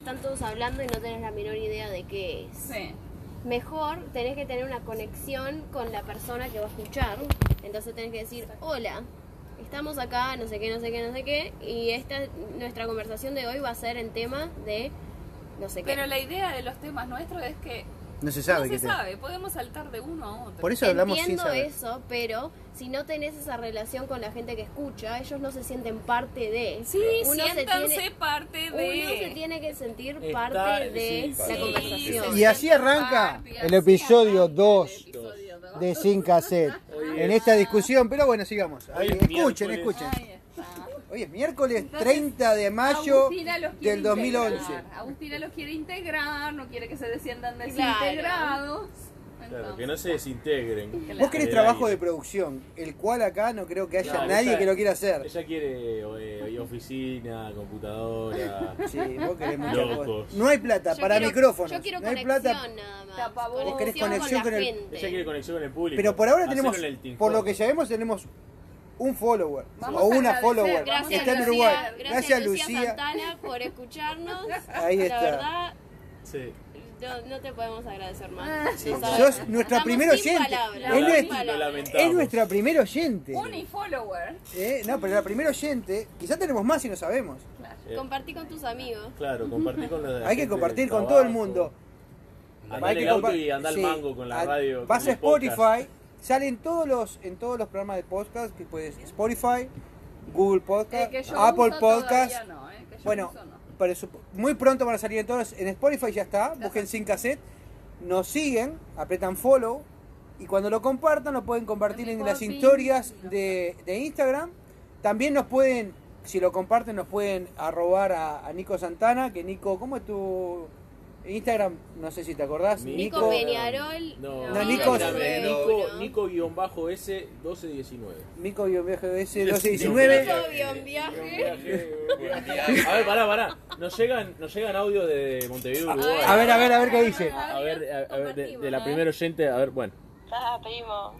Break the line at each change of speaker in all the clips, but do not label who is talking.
están todos hablando y no tenés la menor idea de qué es.
Sí.
Mejor tenés que tener una conexión con la persona que va a escuchar. Entonces tenés que decir, hola, estamos acá, no sé qué, no sé qué, no sé qué. Y esta nuestra conversación de hoy va a ser en tema de no sé qué.
Pero la idea de los temas nuestros es que
No se sabe
no se
qué te-
sabe, podemos saltar de uno a otro.
Por eso hablamos sin
Entiendo
saber.
eso, pero si no tenés esa relación con la gente que escucha, ellos no se sienten parte de.
sí,
uno se
siéntanse
tiene-
parte de...
Uno se tiene que sentir
Está-
parte
sí,
de
parte.
la
Sí,
conversación.
Y así arranca
el episodio dos de Sin Cassette
Hoy es-
en
En esta
Ah.
discusión, pero bueno, sigamos. Ahí,
Hoy es
escuchen,
miércoles.
escuchen. Hoy es miércoles 30 de mayo del 2011.
Agustina los quiere integrar, no quiere que se desciendan
Claro.
desintegrados.
Claro, que
Entonces,
no se desintegren.
Claro.
Vos querés
Del
trabajo
aire.
de producción, el cual acá no creo que haya
Claro,
nadie
esa-
que lo quiera hacer.
Ella quiere eh, oficina, computadora.
Sí, vos querés muchas
Locos.
cosas. No hay plata
Yo
para
quiero-
micrófonos.
Yo quiero
no hay
conexión
plata.
nada más.
Tapabocas.
Conexión
¿Querés conexión
con
con
la
el-
gente.
Ella quiere conexión con el público.
Pero por ahora
Hacelo
tenemos,
en el Team
por lo
Hop.
que sabemos, tenemos un follower
Vamos
o
a
una
agradecer,
follower
vamos
que
Gracias,
está en
Lucía,
Uruguay.
Gracias,
Gracias,
Lucía,
Lucía.
Santana por escucharnos.
Ahí
La
está.
verdad,
Sí. eh,
no, no te podemos agradecer
Ah,
más.
Sí.
No sabes.
Sos nuestra
Estamos
primera
sin
oyente.
palabras,
Es
sin
nuestra-
palabras.
Lo lamentamos.
Es nuestra primera oyente.
Unifollower.
Eh, No, pero la primera oyente, quizá tenemos más si no sabemos.
Eh,
Compartí con tus amigos.
Claro, compartir con los de la
Hay que
gente
compartir
del
con todo el
trabajo.
mundo.
Andá
Hay
en
que
el auto
compa-
y andá al
sí,
mango con la
a-
radio.
Vas
con
a
el podcast.
Spotify, salen todos los, en todos los programas de podcast, que puedes Spotify, Google
El
Podcast,
Eh, que yo
Eh, Apple
uso
Podcast.
todavía no, eh, que yo
Bueno,
uso no.
para su- muy pronto van a salir en todos. En Spotify ya está, busquen sin cassette, nos siguen, apretan follow y cuando lo compartan lo pueden compartir en las historias de, de Instagram. También nos pueden, si lo comparten, nos pueden arrobar a, a Nico Santana, que Nico, ¿cómo es tu Instagram? No sé si te acordás.
Mi-
Nico,
Nico,
Peñarol.
No,
No, Nico-
Nico,
Nico-
Nico guión bajo S 1219.
Nico S
Nico
1219.
Nico, viaje.
A ver, pará, pará. Nos llegan, nos llegan audios de Montevideo, Uruguay.
A ver, a ver, a ver qué dice.
A ver, a- a ver, de, de la primera oyente, a ver, bueno.
Ah, primo,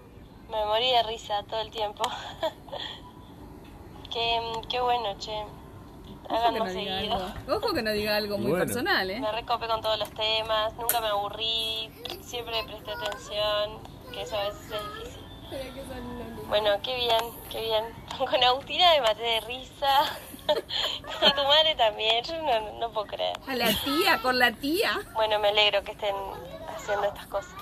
me morí de risa todo el tiempo. qué, qué bueno, che.
Ojo que
Hagan
no
más
diga
seguido.
algo. Ojo que no diga algo muy
Bueno.
personal, ¿eh?
Me recopé con todos los temas, nunca me aburrí, siempre presté atención, que eso a veces es difícil. Bueno, qué bien, qué bien. Con Agustina me maté de risa, con tu madre también, yo no, no puedo creer.
A la tía, con la tía.
Bueno, me alegro que estén haciendo estas cosas.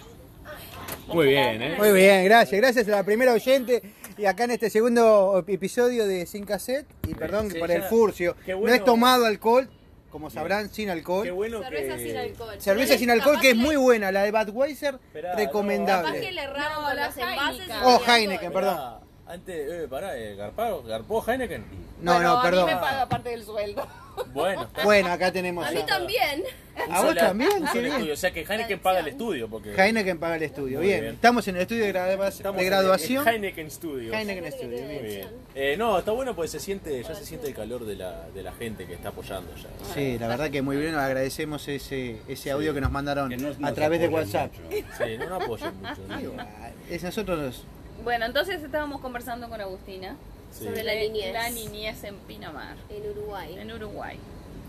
Muy bien, ¿eh?
Muy bien, gracias, gracias a la primera oyente. Y acá en este segundo episodio de Sin Cassette, y perdón
sí,
por
ya-
el furcio,
qué
no
bueno.
he tomado alcohol, como sabrán, sin
Qué
alcohol.
bueno
Cerveza
que...
sin alcohol.
Cerveza
Capaz
sin alcohol que es
le-
muy buena, la de Budweiser,
Esperá,
Capaz que
recomendable.
le erraron
No,
con
la
los envases.
Heineken.
y tenía
Oh,
alcohol.
Heineken,
Pará,
perdón.
Antes, eh, pará, eh, garpado, garpó Heineken.
No,
Bueno,
no, perdón.
A mí me paga parte del sueldo.
Bueno.
Bueno, acá tenemos
A mí
a,
también.
a vos también,
Un
qué
solo estudio,
bien.
O sea que Heineken paga el estudio. porque
Heineken paga el estudio,
Muy
bien.
bien.
Estamos en el estudio de, gradu-
estamos
de
en-
graduación.
en Heineken Studio.
Heineken Studio,
Muy
bien.
bien. Eh, no, está bueno porque se siente, ya se siente el calor de la, de la gente que está apoyando ya.
Sí, la verdad que muy bien, agradecemos ese, ese audio que nos mandaron
Que no-
a
nos
través de
apoyan
WhatsApp.
mucho.
Sí, no, no apoyan mucho.
Ah,
¿no?
Es nosotros nos-
Bueno, entonces estábamos conversando con Agustina
Sí.
Sobre la niñez.
la niñez en Pinamar,
En Uruguay.
en Uruguay.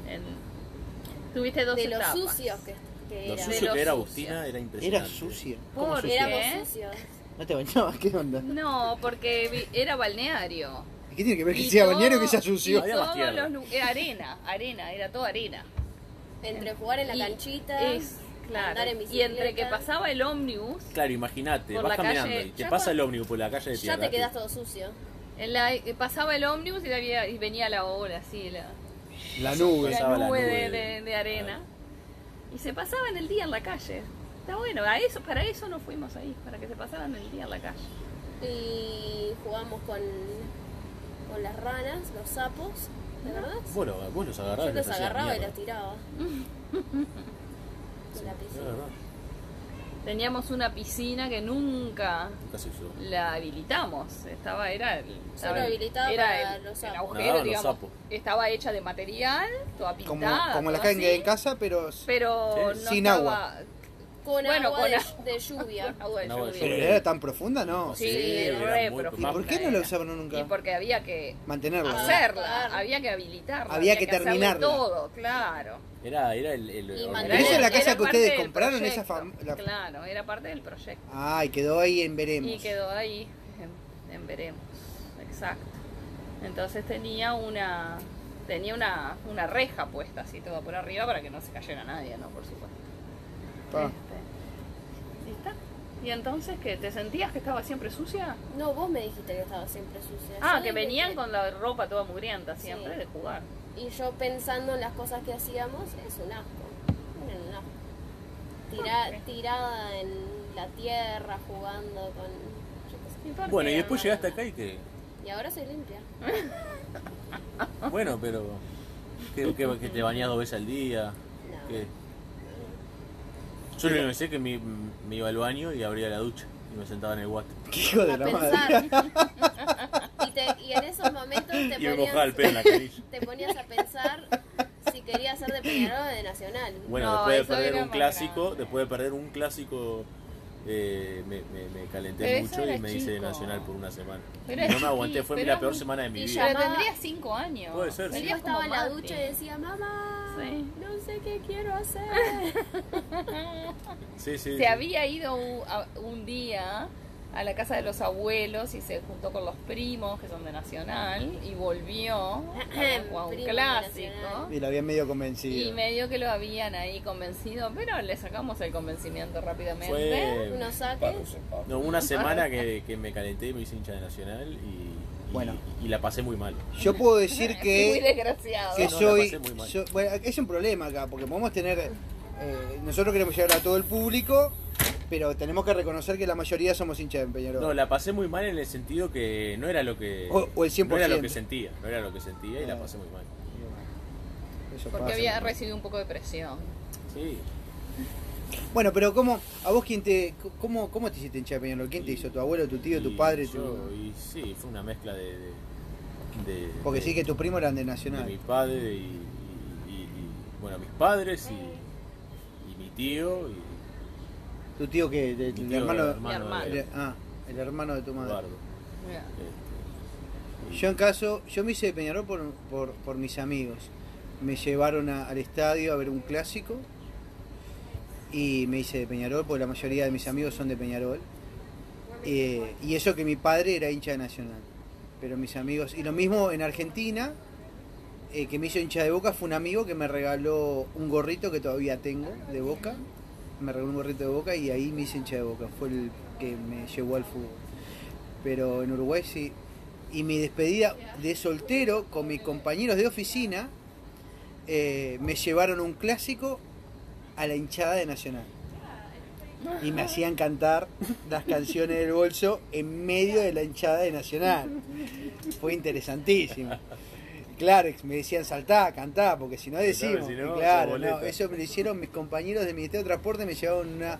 En- Tuviste dos
De los
etapas.
sucios que, que
Lo
era.
De
sucio
lo
que
sucio.
era Agustina era impresionante.
Era sucia. ¿Cómo
¿Por
sucia?
qué?
Éramos sucios.
¿No te bañabas? ¿Qué onda?
No, porque vi- era balneario.
¿Y ¿Qué tiene que ver que
Y
sea
todo-
bañero que sea
y
sucio?
Había más
todos
tierra.
los lu- eh, arena, arena, era todo arena.
Entre jugar en la
Y-
canchita,
Es, claro.
andar en
Y
bicicleta.
entre que pasaba el ómnibus,
Claro, imagínate,
Por
vas
la calle-
caminando y te
ya
pasa
cuando-
el ómnibus por la calle de
Ya
tierra.
te quedas todo sucio.
en la- eh, pasaba el ómnibus y, la había- y venía la ola, así, la,
La
la
nube.
Pasaba la
nube
nube.
de, de- de arena. Y se pasaban el día en la calle. Está bueno, a eso, para eso no fuimos ahí, para que se pasaran el día en la calle.
Y jugamos con, con las ranas, los sapos. ¿Te acordás?
Vos, lo- vos los agarrabas.
Yo los
hacías
agarraba y
mierda.
los tiraba. En la
Es
piscina.
verdad,
Teníamos una piscina que nunca
nunca se usó.
la habilitamos. Estaba, era el,
Solo habilitada
era
para
el-
los
el
sapos.
agujero,
Nadaban los
digamos.
sapos.
Estaba hecha de material, toda
Como,
pintada.
como las
toda
que hay en
así,
casa, pero
Pero
Sí,
no
sin
estaba-
agua.
con
Bueno,
agua
con
de,
agua.
de lluvia.
Agua de
No,
lluvia.
¿Pero era tan profunda? No.
Sí,
era
re
muy
¿Y
profunda
por qué no la
era.
usaban
Y
nunca?
porque había que
Mantenerla.
hacerla, había que habilitarla.
Ah, Había que
hacerle
terminarla.
todo, claro.
Era, era el. el
Y
el-
mandar-
Pero esa es la
Era- era
casa que
parte
ustedes
del
compraron, esa
proyecto.
fam- la-
Claro, era parte del proyecto.
Ah, y quedó ahí en veremos.
Y quedó ahí, en, en veremos, exacto. Entonces tenía una tenía una, una reja puesta así todo por arriba para que no se cayera nadie, ¿no? Por supuesto.
Pa.
Este, ¿Está? ¿Y entonces que te sentías que estaba siempre sucia?
No, vos me dijiste que estaba siempre sucia.
Ah,
Yo
que
dije
venían con la ropa toda mugrienta siempre
Sí.
de jugar.
Y yo pensando en las cosas que hacíamos, es un asco. Era un asco. Tira-
Ok.
Tirada en la tierra, jugando con... yo qué sé.
Bueno, y después llegaste acá y que.
Y ahora soy limpia.
¿Ah?
Bueno, pero. Que, que- que te bañas dos veces al día.
No.
Que... Yo lo único que sé es que me, me iba al baño y abría la ducha y me sentaba en el guate.
Qué hijo de
a
la madre.
pensar. y, te- y en esos momentos te
Y me
ponías,
mojaba el pelo en la carilla.
te ponías a pensar si querías ser de Peñarol o de Nacional.
Bueno,
No,
después
eso
de
era
perder un
más
clásico,
grande.
después de perder un clásico, eh, me, me- me calenté
Pero eso
mucho
era
y me hice de
chico.
Nacional por una semana.
Pero
Y
era
no me aguanté, fue
chiquito,
la
era
peor
muy-
semana de mi
y
vida.
Pero
Llamaba-
tendrías cinco años.
Puede ser,
Y
sí.
yo
Serías como
estaba en la
Mati.
ducha y decía, mamá,
Sí.
no sé qué quiero hacer.
Sí, sí. sí.
Se había ido u- a- un día a la casa de los abuelos y se juntó con los primos que son de Nacional y volvió a jugar un
Primos de
clásico
Nacional.
Y la habían medio
y
convencido.
medio que lo habían ahí convencido, pero le sacamos el convencimiento rápidamente.
Fue
Unos saques.
no, una semana que, que me calenté, me hice hincha de Nacional y, y-
Bueno.
y la pasé muy mal.
Yo puedo decir
Muy
que,
desgraciado.
que
No, la
soy...
pasé muy mal.
yo- bueno, es un problema acá, porque podemos tener... eh, nosotros queremos llegar a todo el público, pero tenemos que reconocer que la mayoría somos hinchas de Peñarol.
No, la pasé muy mal en el sentido que no era lo que.
O- o el
No era lo que
100%.
sentía, no era lo que sentía y
Ah.
la pasé muy mal.
Eso
Porque
pasa.
había recibido un poco de presión.
Sí.
Bueno, pero ¿cómo, ¿a vos quién te, cómo, cómo te hiciste hincha de Peñarol? ¿Quién te
Y-
hizo? ¿Tu abuelo, tu tío,
Y
tu padre?
yo-
tu-
y sí, fue una mezcla de. de- de-
Porque
de-
sí que tus primos eran de
de mi
Nacional.
padre y, y- y- y, bueno mis padres y, y mi tío y
¿Tu tío qué? De-
mi
el
tío
hermano,
era
hermano.
de
el- ah, el hermano de tu madre.
Eduardo
Mira.
este, y-
Yo en caso, yo me hice de Peñarol por, por, por mis amigos. Me llevaron a- al estadio a ver un clásico y me hice de Peñarol porque la mayoría de mis amigos son de Peñarol. Eh, y eso que mi padre era hincha de Nacional. Pero mis amigos, y lo mismo en Argentina, eh, que me hizo hincha de Boca fue un amigo que me regaló un gorrito que todavía tengo de Boca. Me regaló un gorrito de Boca y ahí me hice hincha de Boca. Fue el que me llevó al fútbol. Pero en Uruguay sí, y mi despedida de soltero con mis compañeros de oficina eh, me llevaron un clásico a la hinchada de Nacional. Y me hacían cantar las canciones del bolso en medio de la hinchada de Nacional. Fue interesantísimo. Claro, me decían saltá, cantá, porque si no decimos.
si no,
y claro,
sos
no,
boleta.
eso me lo hicieron mis compañeros del Ministerio de Transporte, me llevaron una-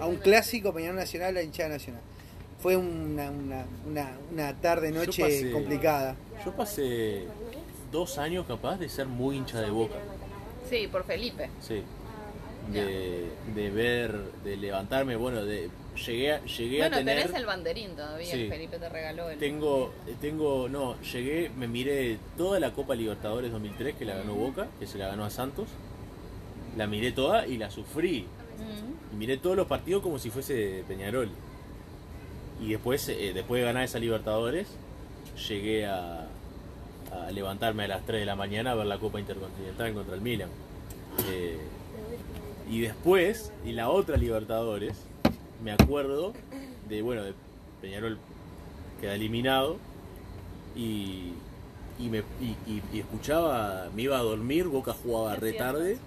a un clásico Peñarol Nacional, a la hinchada nacional. Fue una, una, una, una tarde,
Yo
noche
pasé-
complicada.
yo pasé dos años capaz de ser muy hincha de Boca
Sí, por Felipe.
sí de, de ver de levantarme bueno de llegué a, llegué
Bueno,
a tener
tenés el banderín todavía,
Sí.
que Felipe te regaló el.
Tengo, tengo, no, llegué, me miré toda la Copa Libertadores 2003 que la ganó Boca, que se la ganó a Santos. La miré toda y la sufrí.
Mm.
Y miré todos los partidos como si fuese de Peñarol. Y después, eh, después de ganar esa Libertadores, llegué a, a levantarme a las 3 de la mañana a ver la Copa Intercontinental contra el Milan. Eh, y después, y la otra Libertadores, me acuerdo de, bueno, de Peñarol queda eliminado y, y, me, y, y- y escuchaba, me iba a dormir, Boca jugaba re tarde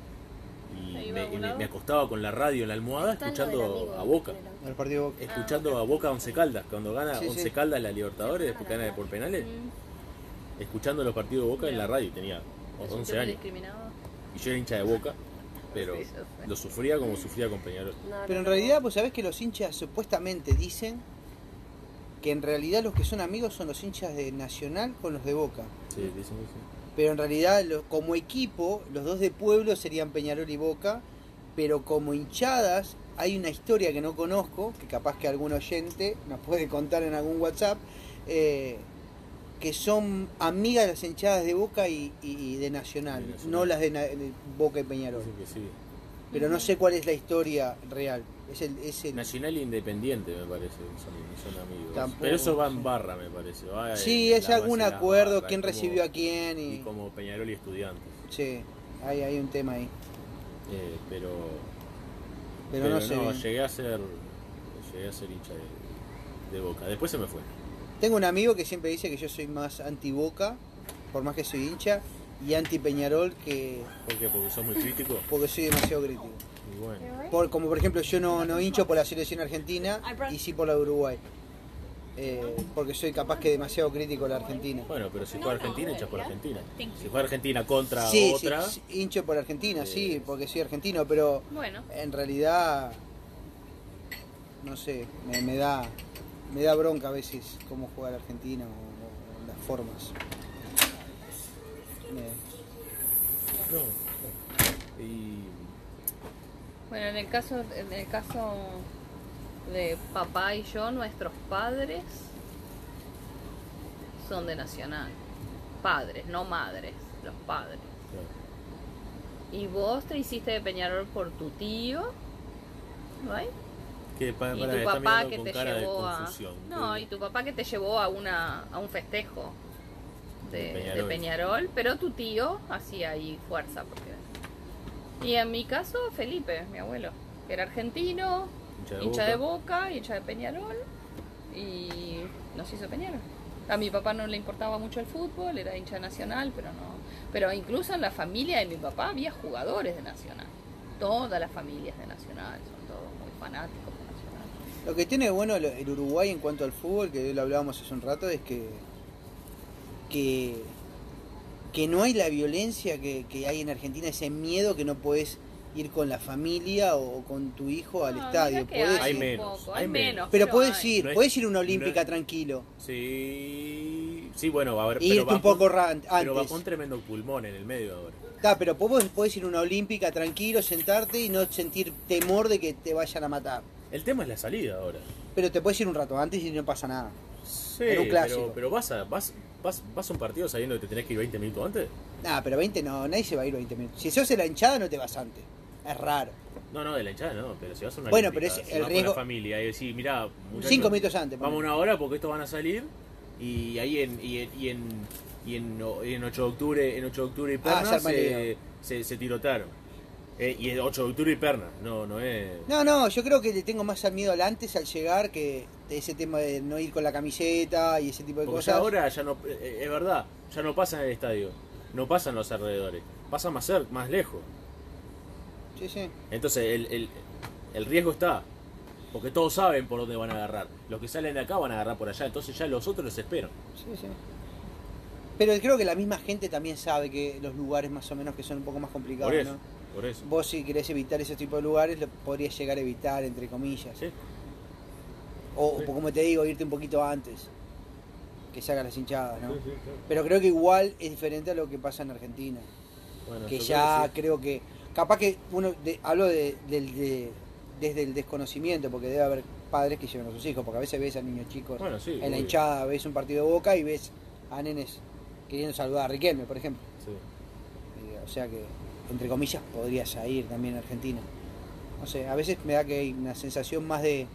¿Te
y
iba
me,
a algún
y me-
lado?
me acostaba con la radio en la almohada
Está en lo del
escuchando
amigo,
a Boca.
del amigo.
El partido de Boca.
Escuchando a Boca Once Caldas, cuando gana
Sí, sí.
Once Caldas la Libertadores, después gana por penales, escuchando los partidos de Boca en la radio, tenía
Es un
11
tema
años.
discriminado.
Y yo era hincha de Boca, pero
Sí, yo sé.
lo sufría como sufría con Peñarol.
No, no,
Pero en
no.
realidad, vos sabés que los hinchas supuestamente dicen que en realidad los que son amigos son los hinchas de Nacional con los de Boca.
Sí, dicen eso.
Pero en realidad, lo- como equipo, los dos de pueblo serían Peñarol y Boca. pero como hinchadas hay una historia que no conozco, que capaz que algún oyente nos puede contar en algún WhatsApp, eh, que son amigas de las hinchadas de Boca y, y- y de Nacional,
De Nacional.
no las de, Na- de Boca y Peñarol.
Así que sí.
Pero no sé cuál es la historia real. Es el, es el-
Nacional e Independiente, me parece, son, son amigos.
Tampoco,
Pero eso va en
sí.
barra, me parece. va
Sí,
en
es
la
algún
base de las
acuerdo,
barras,
quién
como-
recibió a quién
Y
y...
como Peñarol y Estudiantes.
Sí, hay, hay un tema ahí.
Eh, pero,
Pero, no sé. bien.
llegué a ser llegué a ser hincha de, de Boca. Después se me fue.
Tengo un amigo que siempre dice que yo soy más anti-Boca, por más que soy hincha, y anti-Peñarol que...
¿Por qué? Porque sos muy crítico.
porque soy demasiado crítico.
Y bueno.
Por, como por ejemplo, yo no, no hincho por la selección argentina y sí por la de Uruguay. Eh, porque soy capaz que demasiado crítico a la Argentina.
Bueno, pero si fue Argentina, hinchas por Argentina. Si fue Argentina contra
Sí, sí,
otra,
sí, hincho por Argentina, sí,
Eh.
porque soy argentino, pero
Bueno,
en realidad, no sé, me, me da me da bronca a veces cómo juega la Argentina o, o- o las formas. Eh,
no. Y
bueno, en el caso, en el caso de papá y yo, nuestros padres son de Nacional. Padres, no madres, los padres.
claro,
Y vos te hiciste de Peñarol por tu tío, ¿no es?
que pa-
Y
para-
tu
Ah, está
papá
mirando
que
con
te
cara de
llevó a.
confusión.
No,
Sí.
y tu papá que te llevó a una a un festejo de,
De
de Peñarol.
Peñarol.
pero tu tío hacía ahí fuerza. Porque... Y en mi caso, Felipe, mi abuelo, que era argentino,
Hincha de
hincha de
Boca.
boca, hincha de Peñarol, y nos hizo Peñarol. A mi papá no le importaba mucho el fútbol, era hincha de nacional, pero no. Pero incluso en la familia de mi papá había jugadores de nacional. Todas las familias de nacional, son todos muy fanáticos de nacional.
Lo que tiene de bueno lo- el Uruguay en cuanto al fútbol, que lo hablábamos hace un rato, es que que, que no hay la violencia que, que hay en Argentina, ese miedo que no podés ir con la familia o, o con tu hijo al
No,
estadio.
mira que
Podés
hay
ir-
menos, hay menos.
pero
hay.
podés ir,
No es-
podés ir a una
no es-
olímpica tranquilo.
Sí, sí, bueno, va a haber.
Y irte un
Bajón-
poco ra-
Pero
antes.
va con tremendo pulmón en el medio ahora.
Está, pero vos podés ir a una olímpica tranquilo, sentarte y no sentir temor de que te vayan a matar.
El tema es la salida ahora.
Pero te puedes ir un rato antes y no pasa nada.
Sí,
Era un clásico.
pero, pero vas, a, vas, vas, vas a un partido sabiendo que te tenés que ir 20 minutos antes.
Nah, pero 20 no, nadie se va a ir 20 minutos. Si sos de la hinchada no te vas antes. Es raro.
No, no, de la hinchada no, pero si vas a una
Bueno,
olímpica,
pero es
si
el
vas con
riesgo-
la familia y decís, mirá, muchachos,
Cinco minutos antes.
Vamos
ponele.
una hora porque estos van a salir y ahí en y en, y en, y en, o- en 8 de octubre, en 8 de octubre y
Ah,
Perna
se arma el
se,
lío.
se, se tirotaron. Eh, y el 8 de octubre y Perna, no, no es.
No, no, yo creo que le tengo más al miedo al antes, al llegar, que de ese tema de no ir con la camiseta y ese tipo de
Porque
cosas.
ya ahora ya no, eh, eh, es verdad, ya no pasa en el estadio, no pasa en los alrededores, pasa más cerca, más lejos.
Sí, sí.
Entonces el, el, el riesgo está, porque todos saben por dónde van a agarrar. Los que salen de acá van a agarrar por allá, entonces ya los otros los esperan.
Sí, sí. Pero creo que la misma gente también sabe que los lugares más o menos que son un poco más complicados,
Por eso,
¿no?
por eso.
Vos si querés evitar ese tipo de lugares, lo podrías llegar a evitar, entre comillas.
Sí.
O, o como te digo, irte un poquito antes. Que se hagan las hinchadas, ¿no? Pero creo que igual es diferente a lo que pasa en Argentina.
Bueno,
que
yo
ya
creo
creo
que
que, capaz que uno de- hablo de, del- de- desde el desconocimiento porque debe haber padres que llevan a sus hijos porque a veces ves a niños chicos
sí. Bueno, sí,
en la
obvio.
hinchada ves un partido de Boca y ves a nenes queriendo saludar a Riquelme por ejemplo
Sí.
Eh, o sea que entre comillas podrías ir también a Argentina no sé a veces me da que hay una sensación más de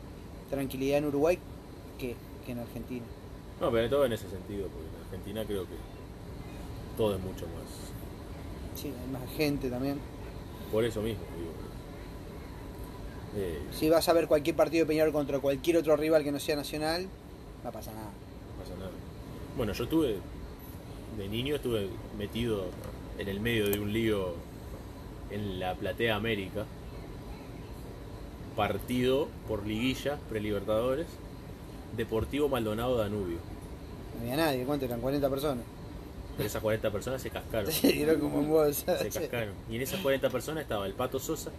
tranquilidad en Uruguay que, que en Argentina
No, pero todo en ese sentido, porque en Argentina creo que todo es mucho más.
sí hay más gente también
Por eso mismo, digo. Eh,
si vas a ver cualquier partido de Peñarol contra cualquier otro rival que no sea Nacional no pasa nada
no pasa nada. Bueno, yo estuve, de niño estuve metido en el medio de un lío en la Platea América, partido por liguilla, prelibertadores, Deportivo Maldonado Danubio.
No había nadie, ¿cuánto eran? 40 personas.
Pero esas 40 personas se cascaron.
Se dieron como en bolsa.
se cascaron. Y en esas 40 personas estaba el Pato Sosa,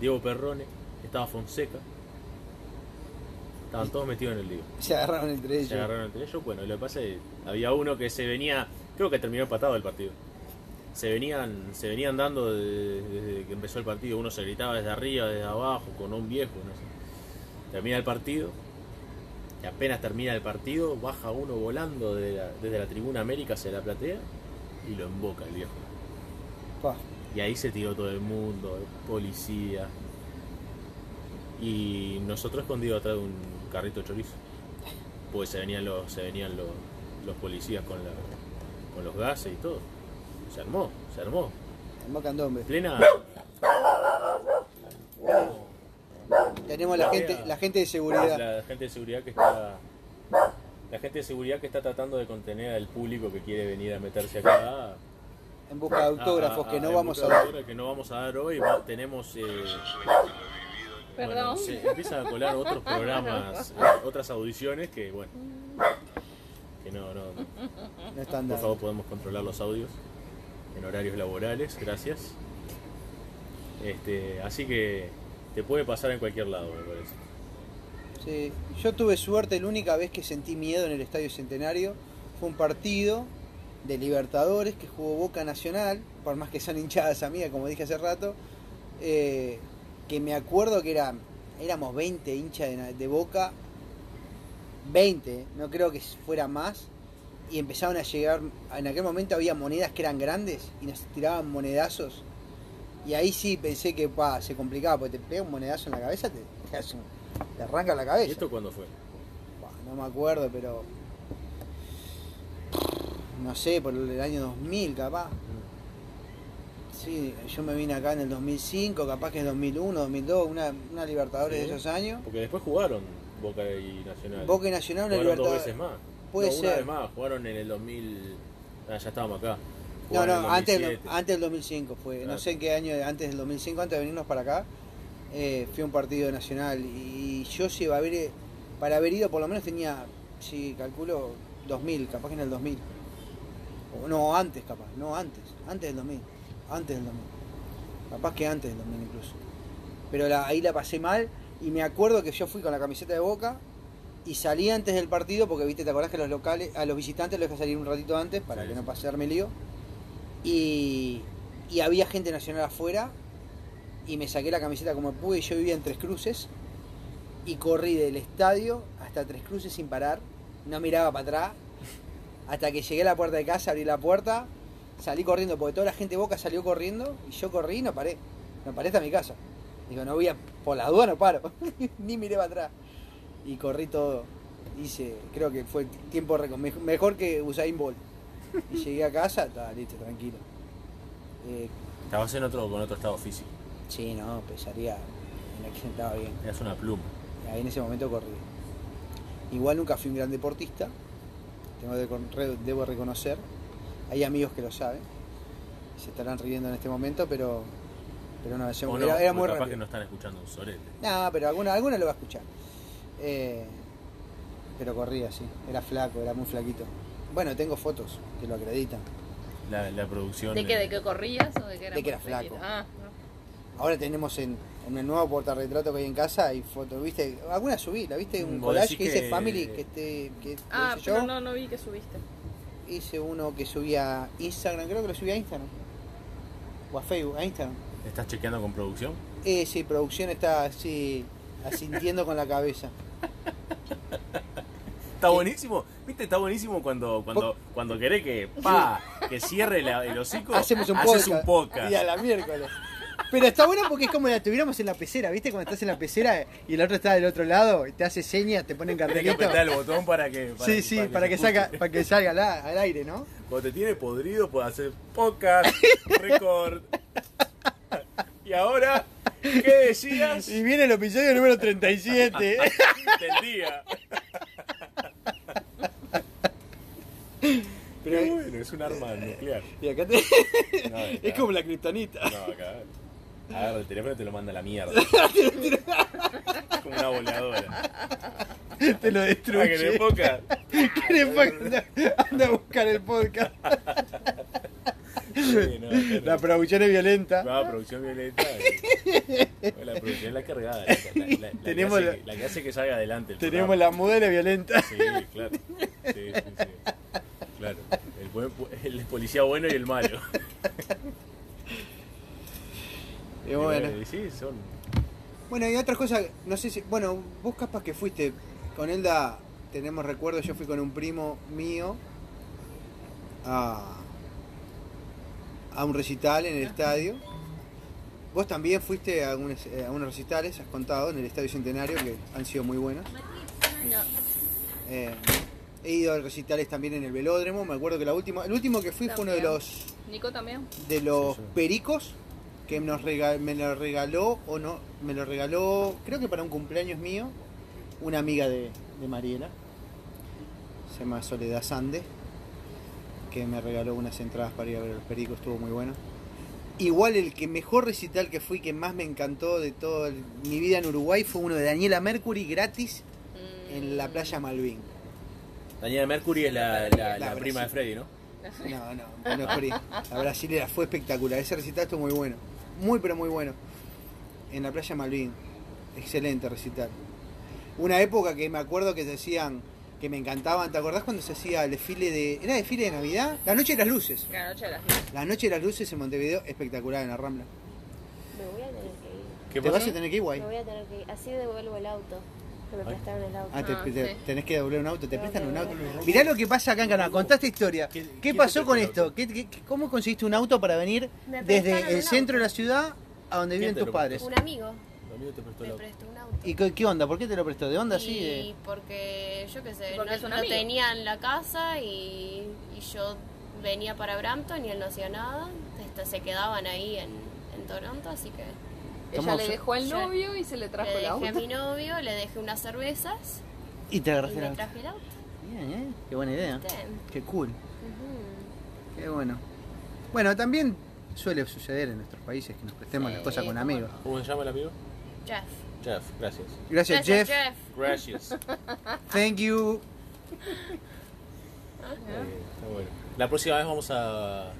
Diego Perrone, estaba Fonseca. Estaban todos metidos en el lío.
Se agarraron entre ellos.
Se agarraron entre ellos. Bueno, lo que pasa es que había uno que se venía, creo que terminó empatado el partido. Se venían, se venían dando de- desde que empezó empezó el partido, uno se gritaba desde arriba, desde abajo, con un viejo, no sé. Termina el partido, y apenas termina el partido, baja uno volando desde la, desde la tribuna América hacia la platea y lo emboca el viejo.
Pa.
Y ahí se tiró todo el mundo, policía. Y nosotros escondidos atrás de un carrito de chorizo. Pues se venían los, se venían los, los policías con, la, con los gases y todo. Se armó, se armó.
El macandombe.
Plena.
Tenemos la
La
gente,
vea.
la gente de seguridad.
La gente de seguridad que está. La gente de seguridad que está tratando de contener al público que quiere venir a meterse acá.
En busca de autógrafos
Ah, ah,
que
ah,
no
el
vamos a
buscador
dar.
Que no vamos a dar hoy. va- Tenemos. eh,
Perdón.
Bueno, se empiezan a colar otros programas, eh, otras audiciones que, bueno, que no, no,
No están
por favor
dando.
podemos controlar los audios en horarios laborales, gracias. Este, así que te puede pasar en cualquier lado, me parece.
Sí. Yo tuve suerte, la única vez que sentí miedo en el Estadio Centenario fue un partido de Libertadores que jugó Boca Nacional, por más que sean hinchadas amigas, como dije hace rato, eh, que me acuerdo que eran, éramos 20 hinchas de, na- de Boca, 20, no creo que fuera más, y empezaron a llegar, en aquel momento había monedas que eran grandes y nos tiraban monedazos, y ahí sí pensé que pa, se complicaba, porque te pega un monedazo en la cabeza, te, te hace un- te arranca la cabeza.
¿Y esto cuándo fue?
Bah, No me acuerdo, pero. No sé, por el año 2000, capaz. Sí, yo me vine acá en el 2005, capaz que en 2001, 2002, una, una Libertadores
Sí.
de esos años.
Porque después jugaron Boca y Nacional.
Boca y Nacional, una
jugaron dos
Libertadores.
veces más.
Puede
No,
ser.
Una vez más, jugaron en el 2000. Ah, ya estábamos acá.
No,
Jugaron en
no,
el
antes, del-
2007.
antes del 2005 fue. No
Claro.
sé en qué año, antes del 2005, antes de venirnos para acá, eh, fui a un partido nacional. Y yo, si iba a haber, para haber ido, por lo menos tenía, si calculo, 2000, capaz que en el 2000. O no, antes, capaz, no, antes, antes del 2000. Antes del 2000. Capaz que antes del 2000 incluso. Pero la- ahí la pasé mal. Y me acuerdo que yo fui con la camiseta de boca. Y salí antes del partido porque, viste, te acordás que los locales, a los visitantes los dejas salir un ratito antes para
Sí,
que
sí.
no pasarme lío y, y había gente nacional afuera y me saqué la camiseta como pude. Yo vivía en Tres Cruces y corrí del estadio hasta Tres Cruces sin parar. No miraba para atrás. Hasta que llegué a la puerta de casa, abrí la puerta, salí corriendo, porque toda la gente de Boca salió corriendo y yo corrí y no paré. No paré hasta mi casa. Digo, no voy a, por la duda no paro. Ni miré para atrás. Y corrí todo. Hice, creo que fue tiempo récord. Mej- Mejor que Usain Bolt. Y llegué a casa, está listo, tranquilo. Eh,
Estabas en otro, con otro estado físico.
sí, no, pesaría. En aquel estaba bien.
Eras una pluma.
Ahí en ese momento corrí. Igual nunca fui un gran deportista. Tengo de- re- debo reconocer. Hay amigos que lo saben. Se estarán riendo en este momento, pero, pero no, ese-
O no,
era, era
porque
muy
capaz
rápido.
que no están escuchando un sorete.
No, pero alguna, alguna lo va a escuchar. Eh, pero corría, sí. Era flaco, era muy flaquito. Bueno, tengo fotos que lo acreditan.
La, la producción.
¿De qué? ¿De que corrías o de que era
De que era
más flaquito?
flaco.
Ah,
Ahora tenemos en, en el nuevo portarretrato que hay en casa, hay fotos, ¿viste? Alguna subí, ¿la viste? Un
Vos
collage
decís
que dice
que-
Family, que, este, que
ah
lo hice
pero
yo.
no, no vi que subiste.
Hice uno que subí a Instagram, creo que lo subí a Instagram. O a Facebook, a Instagram.
¿Estás chequeando con producción?
Eh, sí, producción está así, asintiendo con la cabeza.
Está
Eh.
buenísimo. ¿Viste? Está buenísimo cuando cuando cuando querés que pa, que cierre la- el hocico.
Hacemos un
haces
podcast.
un podcast.
Y a la miércoles. Pero está bueno porque es como la tuviéramos en la pecera, ¿viste? Cuando estás en la pecera y el otro está del otro lado, y te hace señas, te ponen
Tenés que
cartelito.
apretar el botón para que para
Sí, sí, para que,
se
saca,
escuche.
para que salga al, a- al aire, ¿no?
Cuando te tiene podrido puedes hacer podcast, record. y ahora ¿qué decías?
Y viene el episodio número 37.
Del día. Pero
Pero-
bueno, es un arma nuclear.
y acá te...
No,
Es
acá-
como la kriptonita.
No, acá. Agarra el teléfono y te lo manda a la mierda. Es como una voladora.
Te lo
Para que
destruye.
te poca.
Quiere pa- anda, anda a buscar el podcast.
Sí, no,
La
acá no.
producción es violenta.
No, producción violenta. eh. La producción es la cargada. La, la- la- la
Tenemos
que hace,
la-
que- la que hace que salga adelante. el
Tenemos la modelo violenta.
programa. Sí, claro. Sí, sí, sí. Claro. El, buen, po- el policía bueno y el malo.
Y bueno.
Y Eh, sí, son.
Bueno, y otras cosas, no sé si. Bueno, vos capaz que fuiste. Con Elda tenemos recuerdos, yo fui con un primo mío a, a un recital en el estadio. Vos también fuiste a, algunos- eh, a unos recitales, has contado, en el Estadio Centenario, que han sido muy buenos. Eh, he ido a recitales también en el velódromo, me acuerdo que la última, el último que fui fue uno de
También.
los
Nico también.
de los
Sí, sí.
pericos que nos rega- me lo regaló o no me lo regaló creo que para un cumpleaños mío una amiga de, de Mariela se llama Soledad Sande que me regaló unas entradas para ir a ver a los pericos estuvo muy bueno igual el que mejor recital que fui que más me encantó de toda el- mi vida en Uruguay fue uno de Daniela Mercury gratis
Mm,
en la playa Malvin
Daniela Mercury es la, la- la
La
prima de
Brasil.
Freddy, ¿no?
No, no, no Fri. La brasilera fue espectacular. Ese recital estuvo muy bueno. Muy, pero muy bueno. En la playa Malvin. Excelente recital. Una época que me acuerdo que se hacían, que me encantaban. ¿Te acordás cuando se hacía el desfile de. ¿Era desfile de Navidad? La noche de las luces.
La noche de las diez.
La noche de las luces en Montevideo, espectacular en la Rambla.
Me voy a tener que ir.
¿Qué
Te vas
pasó?
a tener que ir, guay.
Me voy a tener que ir. Así devuelvo el auto. Que me
Ay.
prestaron el auto.
Ah, te-
Ah,
te-
sí.
tenés que doblar un auto, te
Tengo
prestan
que
un auto.
doblar un auto.
Mirá lo que pasa acá en Canadá, contá esta historia.
¿Quién-
¿Qué
quién te
pasó
prestó
con
el
esto? ¿Qué- qué- qué- ¿Cómo conseguiste un auto para venir
Me prestaron
desde
un
el
auto.
centro de la ciudad a donde
¿Quién
viven
te
tus
lo
padres?
prestó?
Un amigo
Tu amigo te prestó
me
la-
prestó un auto.
¿Y qué, qué onda? ¿Por qué te lo prestó? ¿De onda así?
Y
de-
porque yo qué sé,
Porque es
no,
un
no
amigo.
tenían la casa y, y yo venía para Brampton y él no hacía nada. Este, se quedaban ahí en, en Toronto, así que
Ella
Estamos-
le dejó al
Sí.
novio y se le trajo
le
el
dejé a
auto.
mi novio, le dejé unas cervezas
Y te
y
agarraste
me
la-
traje el auto.
Bien, ¿eh? Qué buena idea.
Este,
Qué cool.
ujú.
Qué bueno. Bueno, también suele suceder en nuestros países que nos prestemos
Sí,
las cosas con
cómo
amigos.
no.
¿Cómo se llama el amigo?
Jeff.
Jeff, gracias.
Gracias, Jeff.
Gracias.
Thank you.
Eh, está bueno. La próxima vez vamos a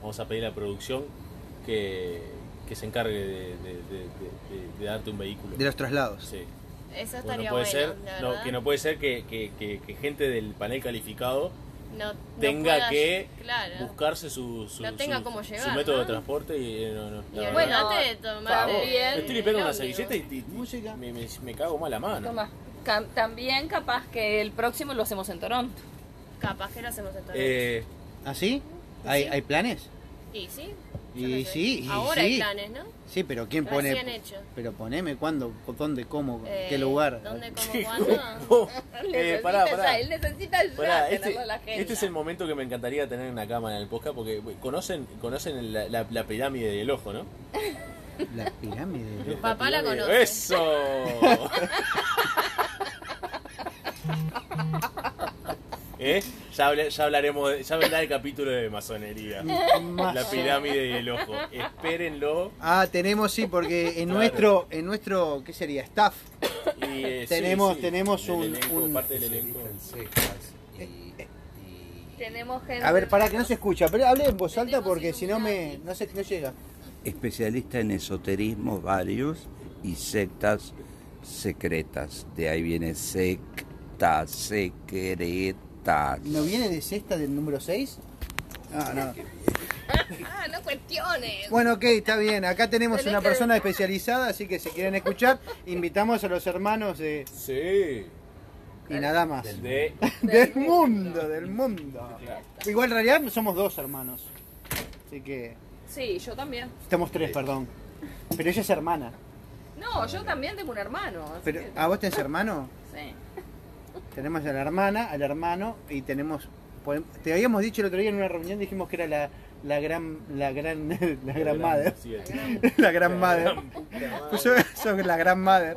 vamos a pedir a la producción que, que se encargue de, de- de- de- de- de darte un vehículo.
De los traslados.
Sí.
Eso
Porque
estaría
no puede
bueno,
ser,
la
no,
verdad.
que no puede ser que, que- que- que gente del panel calificado
No- no
tenga
pueda-
que
claro.
buscarse su, su,
No tenga
su-
cómo llegar,
su método
¿no?
de transporte y eh, no, no,
Y
la verdad.
bueno,
olvídate de tomarte
favor.
bien
estoy
el
limpiando una
ómnibus.
servilleta y, y- y
Música.
me, me- me cago mal la mano.
Toma. Cam- También capaz que el próximo lo hacemos en Toronto.
Capaz que lo hacemos en Toronto.
Eh,
¿Así? ¿Ah, ¿Hay, hay planes?
y sí. yo
Y
qué sé.
sí, y
Ahora hay
sí.
planes, ¿no?
Sí, pero ¿quién pone?
Recién hecho.
Pero poneme cuándo, ¿Por dónde, cómo,
Eh,
qué lugar.
¿Dónde, cómo, cuándo?
oh, eh, pará, pará.
Él necesita ya
Pará,
tenerlo
este,
en la agenda.
este es el momento que me encantaría tener en la cámara en el podcast porque güey, conocen, conocen la, la- la pirámide del ojo, ¿no?
La pirámide. de Lujo.
Papá la
pirámide-
conoce.
¡Eso! ¿Eh? Ya, habla- ya hablaremos, de- ya vendrá el capítulo de masonería. La
Mazo.
pirámide del ojo. Espérenlo
Ah, tenemos sí, porque en
Claro.
nuestro, en nuestro, ¿qué sería? Staff.
y eh, sí,
Tenemos-
sí,
tenemos
del
un-
elenco,
un-
parte del elenco.
Tenemos gente.
A ver, para que no se escucha, pero hable en voz alta
Tenemos
porque si no me,
Illuminati.
no sé, no llega.
especialista en esoterismos varios y sectas secretas. De ahí viene secta, secretas.
¿No viene de sexta del número 6? Ah, no.
Ah, no cuestiones.
Bueno, ok, está bien. Acá tenemos
Tenés
una
que-
persona especializada, así que si quieren escuchar, invitamos a los hermanos de...
Sí.
Y nada más.
De,
Del mundo, del mundo.
claro.
Igual en realidad somos dos hermanos. Así que...
Sí, yo también.
Estamos tres, perdón. Pero ella es hermana.
No, yo también tengo un hermano. así
Ah, Pero, ah,
que-
¿A vos tenés hermano?
sí.
Tenemos a la hermana, al hermano y tenemos... podem- Te habíamos dicho el otro día en una reunión, dijimos que era la, la gran... La gran... La gran madre.
Sí, el-
La gran madre.
gran-
Puso eso la gran madre.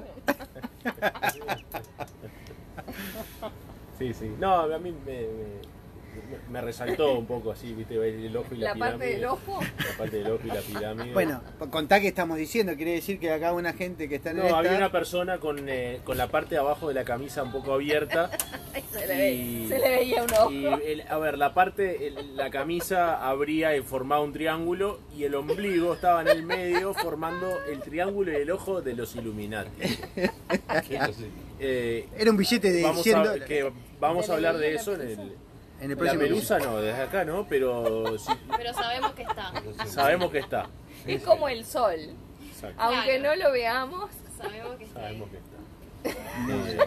Sí, sí. No, a mí me, me- me resaltó un poco así, viste, el ojo y la,
La parte
pirámide.
del ojo.
La parte del ojo y la pirámide.
Bueno, contá que estamos diciendo, quiere decir que acá una gente que está en
No,
esta...
había una persona con, eh, con la parte de abajo de la camisa un poco abierta.
Ay, se, le ve-
y,
se le veía un ojo.
y el- a ver, la parte, el- la camisa abría y formaba un triángulo y el ombligo estaba en el medio formando el triángulo y el ojo de los Illuminati. Eh,
Era un billete de
vamos
100
a,
dólares.
que vamos a hablar de eso en el...
En el
La
próximo
medusa no, desde acá no, pero sí,
Pero sabemos que está.
sabemos que está.
Es como el sol.
Exacto.
Aunque
Claro.
no lo veamos,
Sabemos que está ahí.
Sabemos que está.
No,
Eh,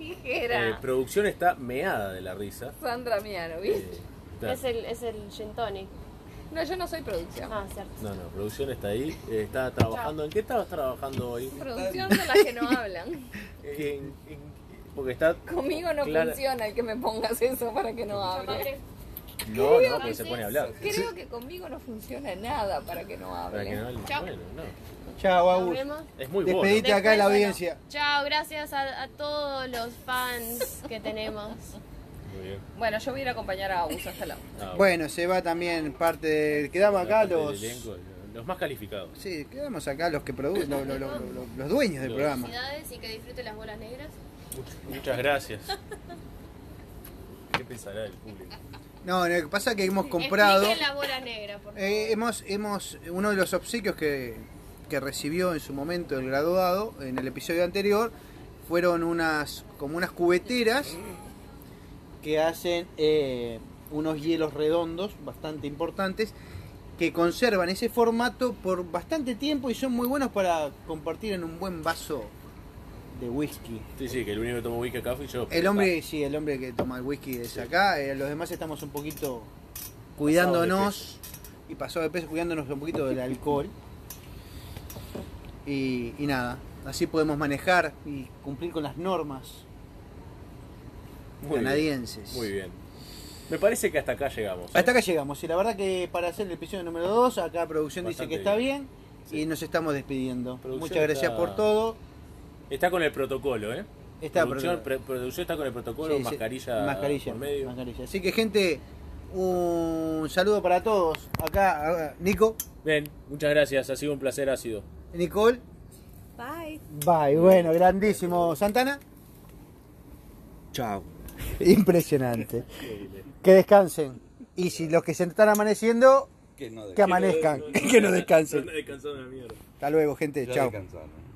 dijera
eh, producción está meada de la risa.
Sandra Miano,
Eh,
¿viste?
claro.
Es el, es el gin tonic.
No, yo no soy producción.
Ah, cierto.
No, no, producción está ahí. eh, está trabajando. ¿En qué estabas trabajando hoy?
Producción de las que no hablan.
En- en- porque está.
Conmigo no
Clara-
funciona el que me pongas eso para que no hable.
Aparte,
No, no, porque se pone a hablar.
Creo que conmigo no funciona nada para que no
Para que no,
hable.
Chao.
bueno, no.
Chao,
nos
Agus.
vemos.
Es muy bueno.
Despedite acá de la
Después, bueno,
audiencia.
Chao, gracias a, a todos los fans que tenemos.
Muy bien.
Bueno, yo voy a ir a acompañar a Agus hasta la
Ah,
Bueno, se va también parte de... Quedamos
la
acá
parte del
los...
elenco, los más calificados.
Sí, quedamos acá los que producen, los, los dueños del
Los-
programa.
Felicidades y que disfruten las bolas negras.
Much- Muchas gracias. ¿Qué pensará el público?
No, no, lo que pasa es que hemos comprado...
Expliquen las bolas negras, por favor.
Eh, hemos, hemos, uno de los obsequios que, que recibió en su momento el graduado, en el episodio anterior, fueron unas, como unas cubeteras que hacen eh, unos hielos redondos bastante importantes que conservan ese formato por bastante tiempo y son muy buenos para compartir en un buen vaso de whisky.
Sí, sí, que el único que tomó whisky acá fui yo.
El hombre, sí, el hombre que toma el whisky es acá, eh, los demás estamos un poquito cuidándonos y pasado de peso, cuidándonos un poquito del alcohol. Y, y nada, así podemos manejar y cumplir con las normas
Muy bien,
canadienses.
Ah, Muy bien. Me parece que hasta acá llegamos. ¿eh?
Hasta acá llegamos, y la verdad que para hacer el episodio número 2, acá producción dice
Bastante
que está
bien.
bien,
Sí.
y nos estamos despidiendo.
Producción
Muchas gracias
está-
por todo.
Está con el protocolo, ¿eh?
Está
producción,
protocolo.
pre- producción está con el protocolo,
Sí, sí.
mascarilla,
mascarilla,
por medio.
mascarilla. Así que gente, un saludo para todos. Acá, ah, Nico,
Bien, muchas gracias. Ha sido un placer, ha sido.
Nicole.
Bye.
Bye, bueno, grandísimo. Santana,
Chao.
impresionante. Que descansen. Y si los que se están amaneciendo,
Que no
que amanezcan, que no descansen.
descansando la mierda.
Hasta luego, gente. Chao.
descansaron.